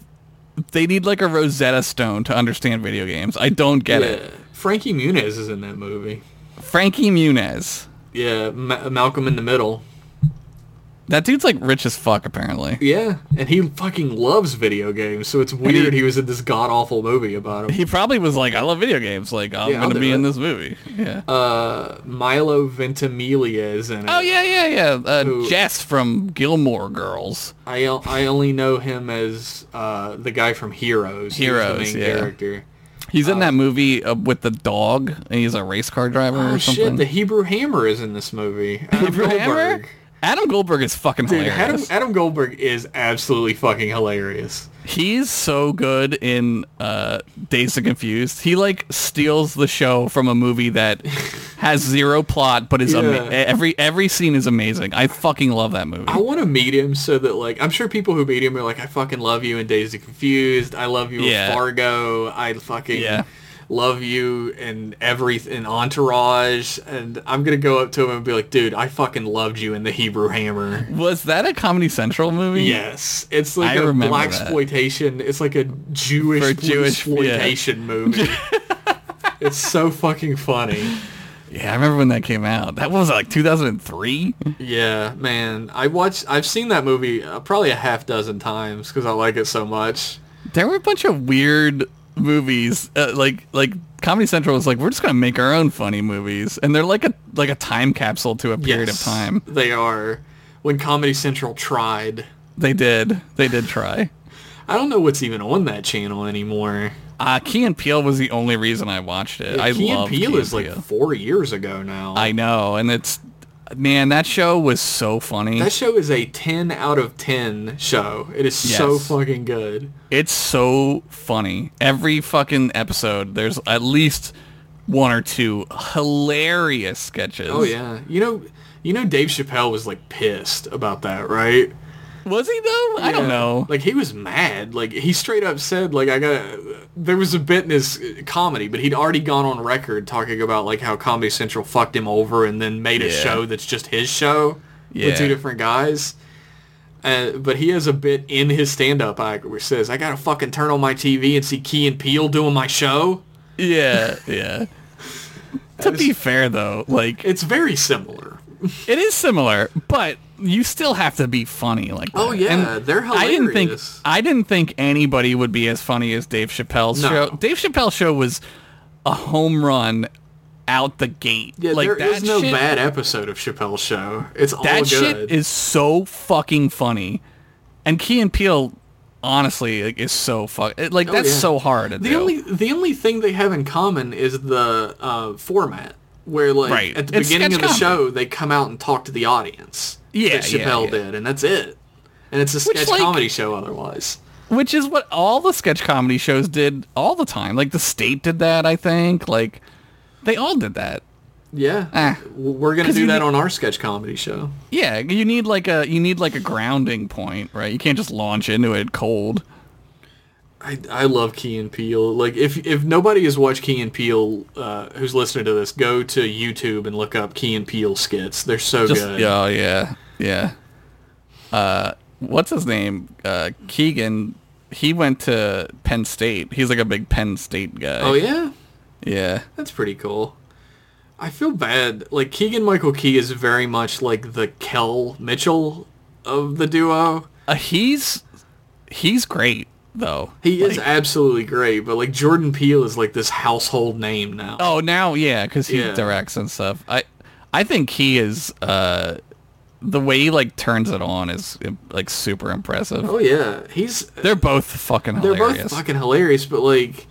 they need like a Rosetta Stone to understand video games. I don't get Yeah. it. Frankie Muniz is in that movie. Frankie Muniz. Yeah, Ma- Malcolm in the Middle. That dude's like rich as fuck apparently. Yeah, and he fucking loves video games, so it's weird he, he- was in this god awful movie about him. He probably was like, I love video games. Like, I'm Yeah, I'll going do to be in it. Uh, this movie. Yeah. Milo Ventimiglia is in it. oh, yeah, yeah, yeah. Uh, who- Jess from Gilmore Girls. I o- I only know him as uh, the guy from Heroes. He was Heroes, the main yeah. character. He's in that movie uh, with the dog. And he's a race car driver Oh or something. shit! The Hebrew Hammer is in this movie. Adam Adam Goldberg. Goldberg. Adam Goldberg is fucking Dude, Adam, hilarious. Adam Goldberg is absolutely fucking hilarious. He's so good in uh, Days and Confused. He like steals the show from a movie that has zero plot, but is ama- Yeah. every every scene is amazing. I fucking love that movie. I want to meet him so that like I'm sure people who meet him are like, I fucking love you in Days of Confused. I love you in Yeah. Fargo. I fucking Yeah. love you in every in Entourage. And I'm gonna go up to him and be like, dude, I fucking loved you in The Hebrew Hammer. Was that a Comedy Central movie? Yes, it's like I a remember black that. exploitation. It's like a Jewish For Jewish- yeah. exploitation movie. it's so fucking funny. Yeah, I remember when that came out. That was like 2003. Yeah, man. I watched. I've seen that movie uh, probably a half dozen times because I like it so much. There were a bunch of weird movies. Uh, like like Comedy Central was like, we're just gonna make our own funny movies, and they're like a like a time capsule to a period Yes, of time. They are. When Comedy Central tried. They did. They did try. I don't know what's even on that channel anymore. Uh, Key and Peele was the only reason I watched it. I Key and love Peele Key is like four years ago now. I know, and it's man, that show was so funny. that show is a 10 out of 10 show. It is so Yes. fucking good. It's so funny. Every fucking episode, there's at least one or two hilarious sketches. Oh yeah. You know you know Dave Chappelle was like pissed about that, right? Was he though? I don't Yeah. know. Like he was mad. Like he straight up said, like I got. There was a bit in his uh, comedy, but he'd already gone on record talking about like how Comedy Central fucked him over and then made a Yeah. show that's just his show Yeah. with two different guys. Uh, but he has a bit in his stand-up act where he says, "I gotta fucking turn on my TV and see Key and Peele doing my show." Yeah, yeah. to be fair though, like It's very similar. it is similar, but you still have to be funny like that. Oh, yeah, they're I didn't think hilarious. I didn't think anybody would be as funny as Dave Chappelle's No. show. Dave Chappelle's show was a home run out the gate. Yeah, like there that is no shit, bad episode of Chappelle's show. It's all That good. shit is so fucking funny. And Key and Peele honestly like, is so fuck it- like that's Oh, yeah. so hard to the do. only the only thing they have in common is the uh, format, where like Right. at the It's beginning of sketch the comedy. show they come out and talk to the audience. Yeah, that yeah, Chappelle yeah. did, and that's it. And it's a Which, sketch like- comedy show otherwise. Which is what all the sketch comedy shows did all the time. Like the state did that, I think. Like they all did that. Yeah, Ah. W- we're gonna 'Cause do you that ne- on our sketch comedy show. Yeah, you need like a you need like a grounding point, right? You can't just launch into it cold. I, I love Key and Peele. Like if if nobody has watched Key and Peele, uh, who's listening to this, go to YouTube and look up Key and Peele skits. They're so Just good. yeah, yeah, yeah. Uh, what's his name? Uh, Keegan. He went to Penn State. He's like a big Penn State guy. Oh yeah. yeah. That's pretty cool. I feel bad. Like Keegan Michael Key is very much like the Kel Mitchell of the duo. Uh, he's he's great though. He is Like- absolutely great, but like Jordan Peele is like this household name now. Oh, now yeah, because he Yeah. directs and stuff. I I think he is uh, the way he like turns it on is like super impressive. Oh yeah, he's They're both fucking they're hilarious. both fucking hilarious, but like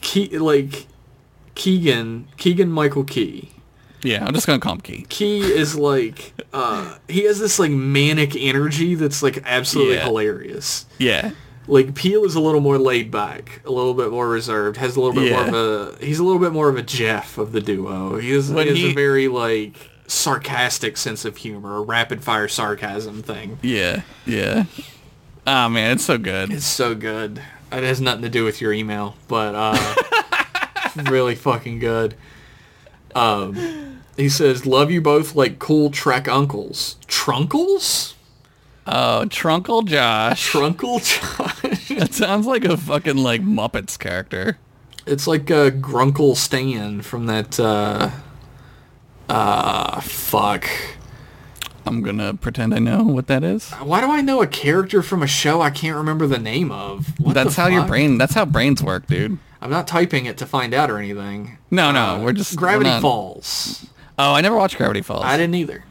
Ke- like Keegan Keegan Michael Key. Yeah, I'm just gonna call him Key. Key is like uh he has this like manic energy that's like absolutely Yeah. hilarious. Yeah, like Peel is a little more laid back, a little bit more reserved, has a little bit Yeah. more of a he's a little bit more of a Jeff of the duo. He is, When he has he- a very like sarcastic sense of humor, a rapid fire sarcasm thing. yeah, yeah. Oh man, it's so good. It's so good. It has nothing to do with your email, but uh really fucking good. Um he says, "Love you both like cool Trek uncles, trunkles, Oh, Trunkle Josh. trunkle Josh. That sounds like a fucking like Muppets character. It's like uh, Grunkle Stan from that. Uh, uh, fuck. I'm gonna pretend I know what that is. Why do I know a character from a show I can't remember the name of? What that's the how your fuck? brain. That's how brains work, dude. I'm not typing it to find out or anything. No, no, we're just we're Gravity not- Falls. Oh, I never watched Gravity Falls. I I, didn't either.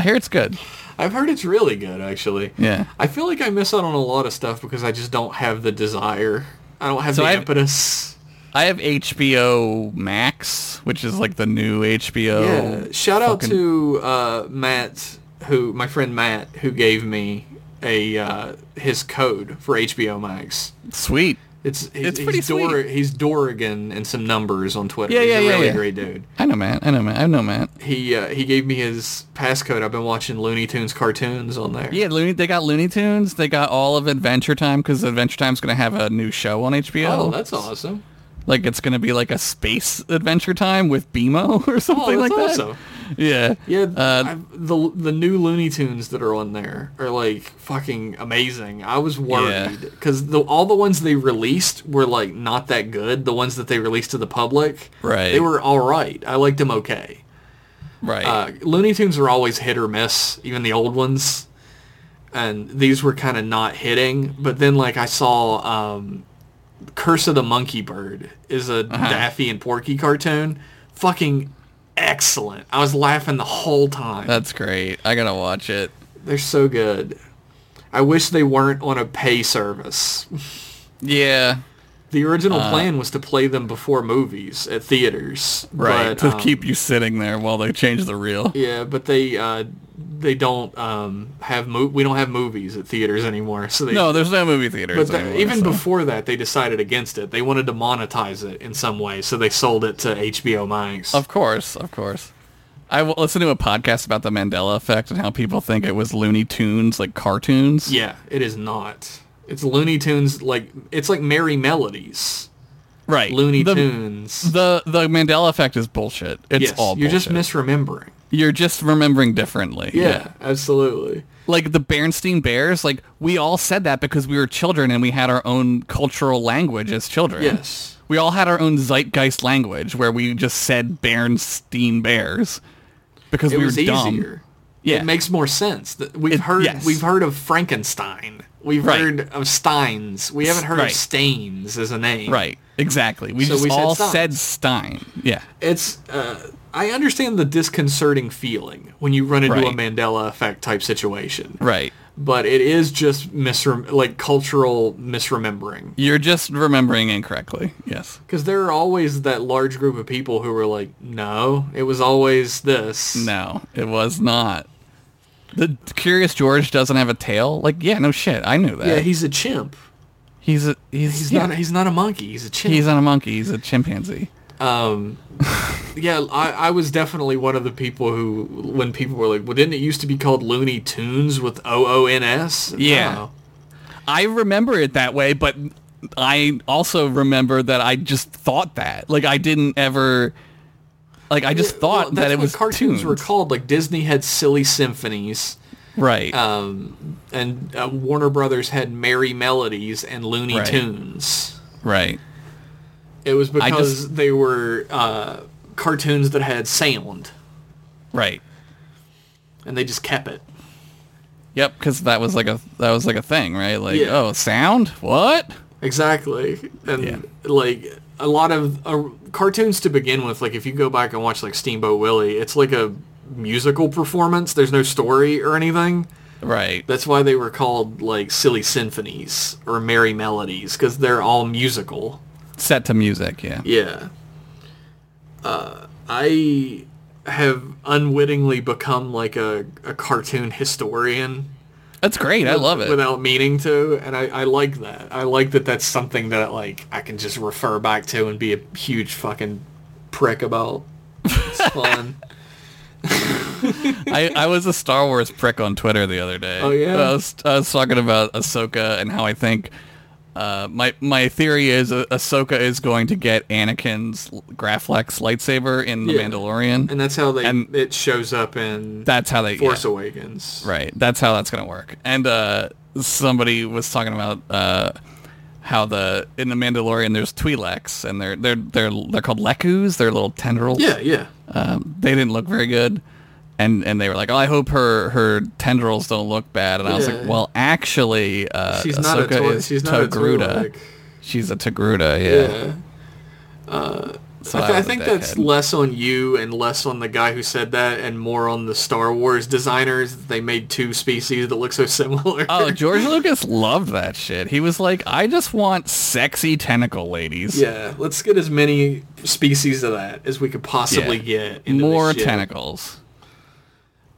hear it's good. I've heard it's really good, actually. Yeah. I feel like I miss out on a lot of stuff because I just don't have the desire. I don't have the I've- impetus. I have HBO Max, which is like the new HBO. Yeah. Shout out Oh, fucking- to uh, Matt, who my friend Matt, who gave me a uh, his code for HBO Max. Sweet. It's he's, It's pretty he's Dor- he's Dorrigan and some numbers on Twitter. Yeah, he's yeah, a yeah, really yeah. great dude. I know, man. I know, man. I know, man. He uh, he gave me his passcode. I've been watching Looney Tunes cartoons on there. Yeah, Looney, they got Looney Tunes. They got all of Adventure Time because Adventure Time's going to have a new show on HBO. Oh, that's awesome. like it's going to be like a space Adventure Time with BMO or something Oh, like that's that. awesome. Yeah. Yeah, Uh, I've- the the new Looney Tunes that are on there are like fucking amazing. I was worried Yeah. because the all the ones they released were like not that good. The ones that they released to the public, Right. They were all right. I liked them okay. right. Uh, Looney Tunes are always hit or miss, even the old ones, and these were kind of not hitting. But then like I saw um, Curse of the Monkey Bird is a Uh-huh. Daffy and Porky cartoon, fucking excellent. I was laughing the whole time. that's great. I got to watch it. They're so good. I wish they weren't on a pay service. Yeah. The original Uh, plan was to play them before movies at theaters. Right. but, to um, keep you sitting there while they change the reel. Yeah, but they uh, they don't um, have mo- we don't have movies at theaters anymore. So they No, there's no movie theaters. but the- anymore, even so- before that they decided against it. They wanted to monetize it in some way, so they sold it to HBO Max. Of course, of course. I w- listened to a podcast about the Mandela effect and how people think it was Looney Tunes, like cartoons. yeah, it is not. It's Looney Tunes like it's like Merry Melodies. right. Looney the, Tunes. The the Mandela effect is bullshit. It's yes, all you're bullshit. just misremembering. you're just remembering differently. yeah. absolutely. Like the Bernstein Bears, like we all said that because we were children and we had our own cultural language as children. Yes. We all had our own zeitgeist language where we just said Bernstein Bears because It we was were dumb. easier. Yeah. It makes more sense. Th- We've heard yes. we've heard of Frankenstein. We've Right. heard of Steins. We haven't heard of Right. Stains as a name. Right. Exactly. We So just we said all Stein. said Stein. Yeah. It's uh, I understand the disconcerting feeling when you run into a Right. Mandela effect type situation. Right. But it is just misrem- like cultural misremembering. You're just remembering incorrectly. Yes. Because there are always that large group of people who were like, no, it was always this. No, it was not. The Curious George doesn't have a tail. Like, yeah, no shit. I knew that. Yeah, he's a chimp. he's a he's He's yeah, not. He's not a monkey. He's a chimp. he's not a monkey. He's a chimpanzee. yeah, I, I was definitely one of the people who, when people were like, "Well, didn't it used to be called Looney Tunes with O O N S?" Yeah. I remember it that way, but I also remember that I just thought that. Like, I didn't ever. Like, I just thought that it was cartoons tunes. were called. Like Disney had silly symphonies, right. and uh, Warner Brothers had merry melodies and Looney Right. Tunes. right. It was just- because they were uh, cartoons that had sound, Right. and they just kept it. Yep, because that was like a that was like a thing, right? Like, Yeah. oh, sound? What? Exactly, and Yeah. like a lot of uh, cartoons to begin with, like if you go back and watch like Steamboat Willie, it's like a musical performance. There's no story or anything. Right. That's why they were called like silly symphonies or merry melodies because they're all musical. Set to music. Yeah. Yeah. Uh, I have unwittingly become like a, a cartoon historian That's great. I love it. without meaning to and I, I like that i like that that's something that like i can just refer back to and be a huge fucking prick about it's fun I, I was a Star Wars prick on Twitter the other day. Oh yeah? I was, I was talking about Ahsoka and how I think uh, my my theory is uh, Ahsoka is going to get Anakin's Graflex lightsaber in The Yeah. Mandalorian, and that's how they And- it shows up in that's how they yeah. force awakens Right. That's how that's gonna work. And uh, somebody was talking about uh, how the in the Mandalorian there's Twi'leks and they're they're they're they're called Lekus. They're little tendrils. yeah yeah Um, they didn't look very good, and and they were like, oh, I hope her her tendrils don't look bad. And I was like, Yeah. well, actually, uh, she's not a Ahsoka toy is she's not a Togruta. Twi'lek. she's a Togruta. Yeah. yeah So I, th- I was a think that's dickhead. less on you and less on the guy who said that and more on the star wars designers they made two species that look so similar Oh, George Lucas loved that shit. He was like, I just want sexy tentacle ladies. Yeah, let's get as many species of that as we could possibly get. Into More this shit. tentacles.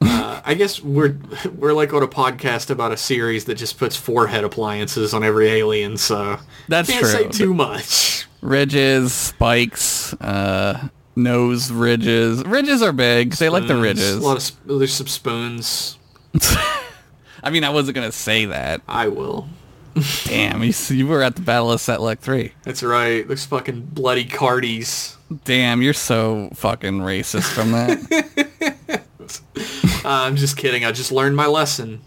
Uh, I guess we're we're like on a podcast about a series that just puts forehead appliances on every alien, so That's can't say true. too much. Ridges, spikes, uh, nose ridges. Ridges are big. They like the Spoons, ridges. A lot of sp- there's some spoons. I mean, I wasn't gonna say that. I will. Damn, you, s- you were at the Battle of Setlec 3. That's right. There's fucking bloody cardies. Damn, you're so fucking racist from that. Uh, I'm just kidding. I just learned my lesson.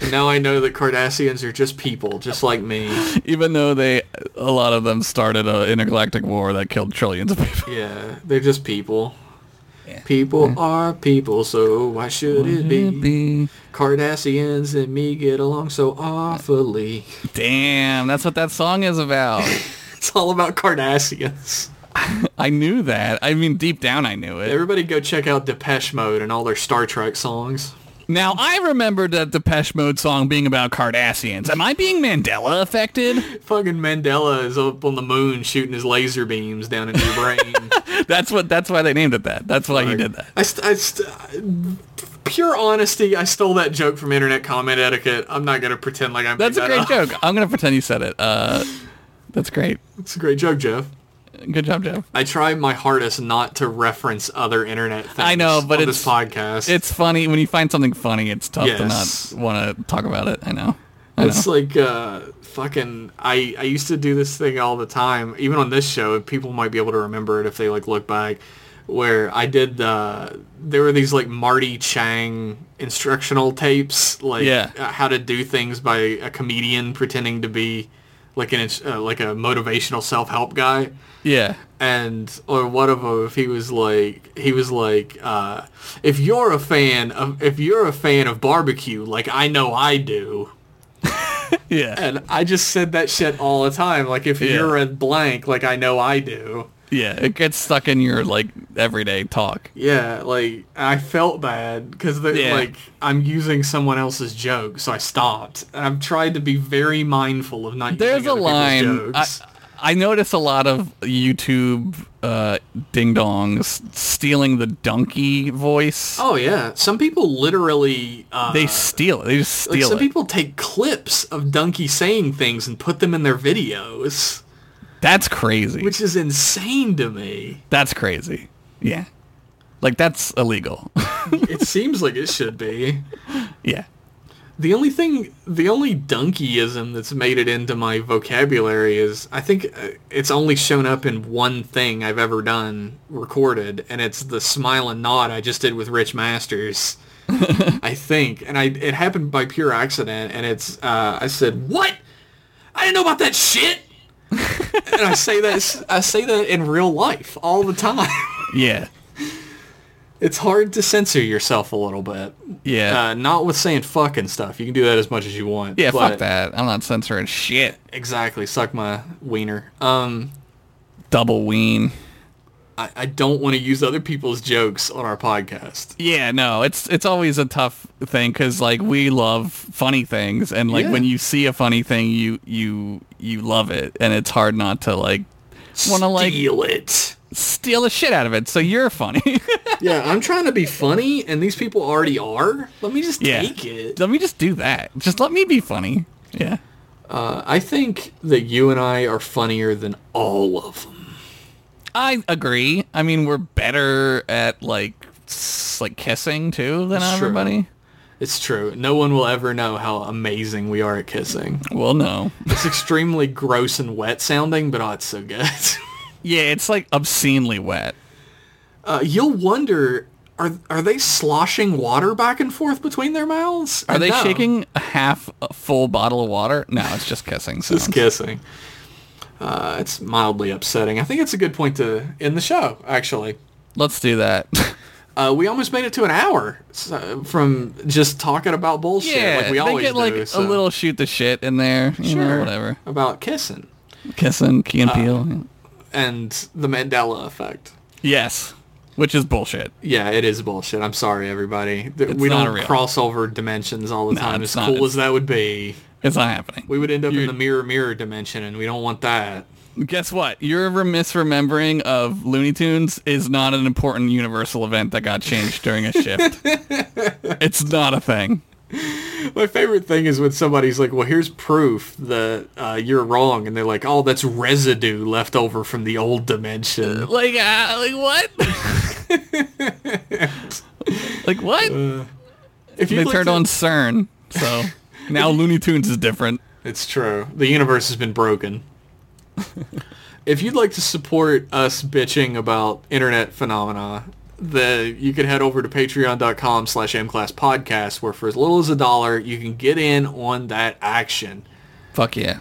And now I know that Cardassians are just people, just like me. Even though they, a lot of them started an intergalactic war that killed trillions of people. Yeah, they're just people. Yeah. People are people, so why should it be? Be- Cardassians and me get along so awfully. Damn, that's what that song is about. It's all about Cardassians. I knew that. I mean, deep down, I knew it. Everybody go check out Depeche Mode and all their Star Trek songs. Now, I remember that Depeche Mode song being about Cardassians. Am I being Mandela affected? Fucking Mandela is up on the moon shooting his laser beams down into your brain. That's what. That's why they named it that. That's why he did that. I st- I st- pure honesty, I stole that joke from internet comment etiquette. I'm not gonna pretend like I'm. That's a great joke. joke. I'm gonna pretend you said it. Uh, that's great. It's a great joke, Jeff. Good job, Jeff. I try my hardest not to reference other internet things. I know, but on it's- this podcast, It's funny when you find something funny. It's tough Yes. to not want to talk about it. I know. I know. it's like uh, fucking. I I used to do this thing all the time, even on this show. and People might be able to remember it if they like look back. Where I did, uh, there were these like Marty Chang instructional tapes, like Yeah. uh, how to do things by a comedian pretending to be like an ins- uh, like a motivational self help guy, Yeah. and or one of them if he was like he was like uh, if you're a fan of if you're a fan of barbecue like I know I do. Yeah. And I just said that shit all the time. Like if Yeah. you're a blank, like I know I do. Yeah. It gets stuck in your like everyday talk. Yeah, like I felt bad because Yeah. like I'm using someone else's joke, so I stopped. And I've tried to be very mindful of not. There's using a other people's line. I, Jokes. I notice a lot of YouTube uh, ding dongs stealing the donkey voice. oh yeah, some people literally. Uh, They steal it. They just like, steal some it. people take clips of Donkey saying things and put them in their videos, That's crazy. which is insane to me. That's crazy. Yeah. Like that's illegal. it seems like it should be. yeah. The only thing, the only donkeyism that's made it into my vocabulary is I think uh, it's only shown up in one thing I've ever done recorded, and it's the smile and nod I just did with Rich Masters. I think, and I it happened by pure accident, and it's uh, I said what? I didn't know about that shit. and I say that s- I say that in real life all the time. Yeah. it's hard to censor yourself a little bit. Yeah. Uh, not with saying fuck and stuff. You can do that as much as you want. yeah, fuck but- that. I'm not censoring shit. Exactly. Suck my wiener. Um, Double ween. I, I don't want to use other people's jokes on our podcast. Yeah, no, it's it's always a tough thing cuz like we love funny things and like Yeah. when you see a funny thing you you you love it and it's hard not to like want to like Steal it. steal the shit out of it so you're funny. yeah, I'm trying to be funny, and these people already are. Let me just yeah. take it. Let me just do that. Just let me be funny. Yeah. Uh, I think that you and I are funnier than all of them. I agree. I mean, we're better at like s- like kissing too than That's true. everybody. It's true. No one will ever know how amazing we are at kissing. Well, no. It's extremely gross and wet sounding, but oh, it's so good. Yeah, it's like obscenely wet. Uh, you'll wonder, are are they sloshing water back and forth between their mouths? Are they No. shaking a half a full bottle of water? No, it's just kissing. So. Just kissing. Uh, it's mildly upsetting. I think it's a good point to end the show, actually. Let's do that. Uh, we almost made it to an hour so, from just talking about bullshit like we they always get like do. so- a little shoot the shit in there. You know, Sure. Uh, whatever. about kissing Kissing, Key and Peele. and the Mandela effect. yes, which is bullshit. Yeah, it is bullshit. I'm sorry, everybody. Th- It's we not don't real. cross over dimensions all the time. it's As not. cool It's- as that would be, It's not happening. we would end up in the mirror mirror dimension, and we don't want that. Guess what? Your misremembering of Looney Tunes is not an important universal event that got changed during a shift. it's not a thing. My favorite thing is when somebody's like, "Well, here's proof that uh, you're wrong," and they're like, "Oh, that's residue left over from the old dimension." Like, uh, like what? like what? Uh, If they looked turned at- on CERN, so now Looney Tunes is different. it's true. The universe has been broken. if you'd like to support us bitching about internet phenomena, the you can head over to patreon.com slash mclasspodcast, where for as little as a dollar, you can get in on that action. Fuck yeah.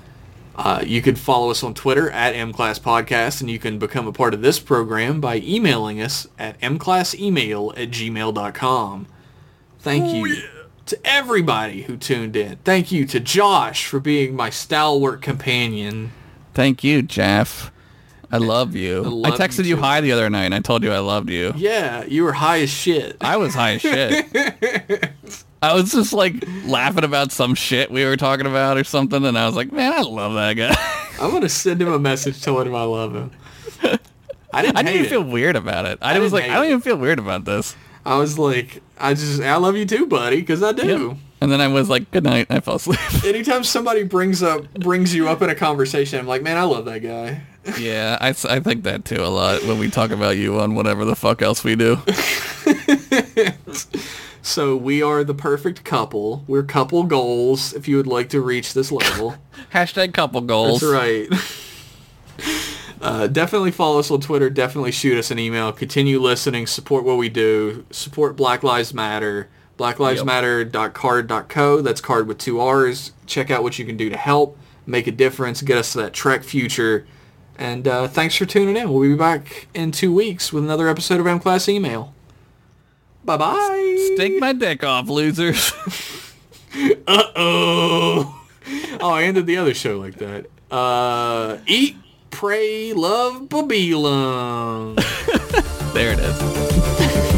Uh, you can follow us on Twitter at mclasspodcast, and you can become a part of this program by emailing us at mclassemail at gmail.com. Thank you to everybody who tuned in. Thank you to Josh for being my stalwart companion. Thank you, Jeff. I love you. I, love you texted you, too. high the other night and I told you I loved you. Yeah, you were high as shit. I was high as shit. I was just like laughing about some shit we were talking about or something, and I was like, "Man, I love that guy." I'm gonna send him a message telling him I love him. I didn't, I didn't hate even it. feel weird about it. I, was didn't like, hate "I don't it. even feel weird about this." I was like, I just, I love you too, buddy, because I do. And then I was like, "Good night," and I fell asleep. Anytime somebody brings up brings you up in a conversation, I'm like, man, I love that guy. yeah, I, s- I think that too a lot when we talk about you on whatever the fuck else we do. So we are the perfect couple. We're couple goals if you would like to reach this level. Hashtag couple goals. That's right. Uh, definitely follow us on Twitter. Definitely shoot us an email. Continue listening. Support what we do. Support Black Lives Matter. BlackLivesMatter.card.co. That's card with two R's. Check out what you can do to help. make a difference, get us to that Trek future. And uh, thanks for tuning in. We'll be back in two weeks with another episode of M Class Email. Bye bye. Take my dick off, losers. Oh, oh, I ended the other show like that. Uh, eat, pray, love, babylon. there it is.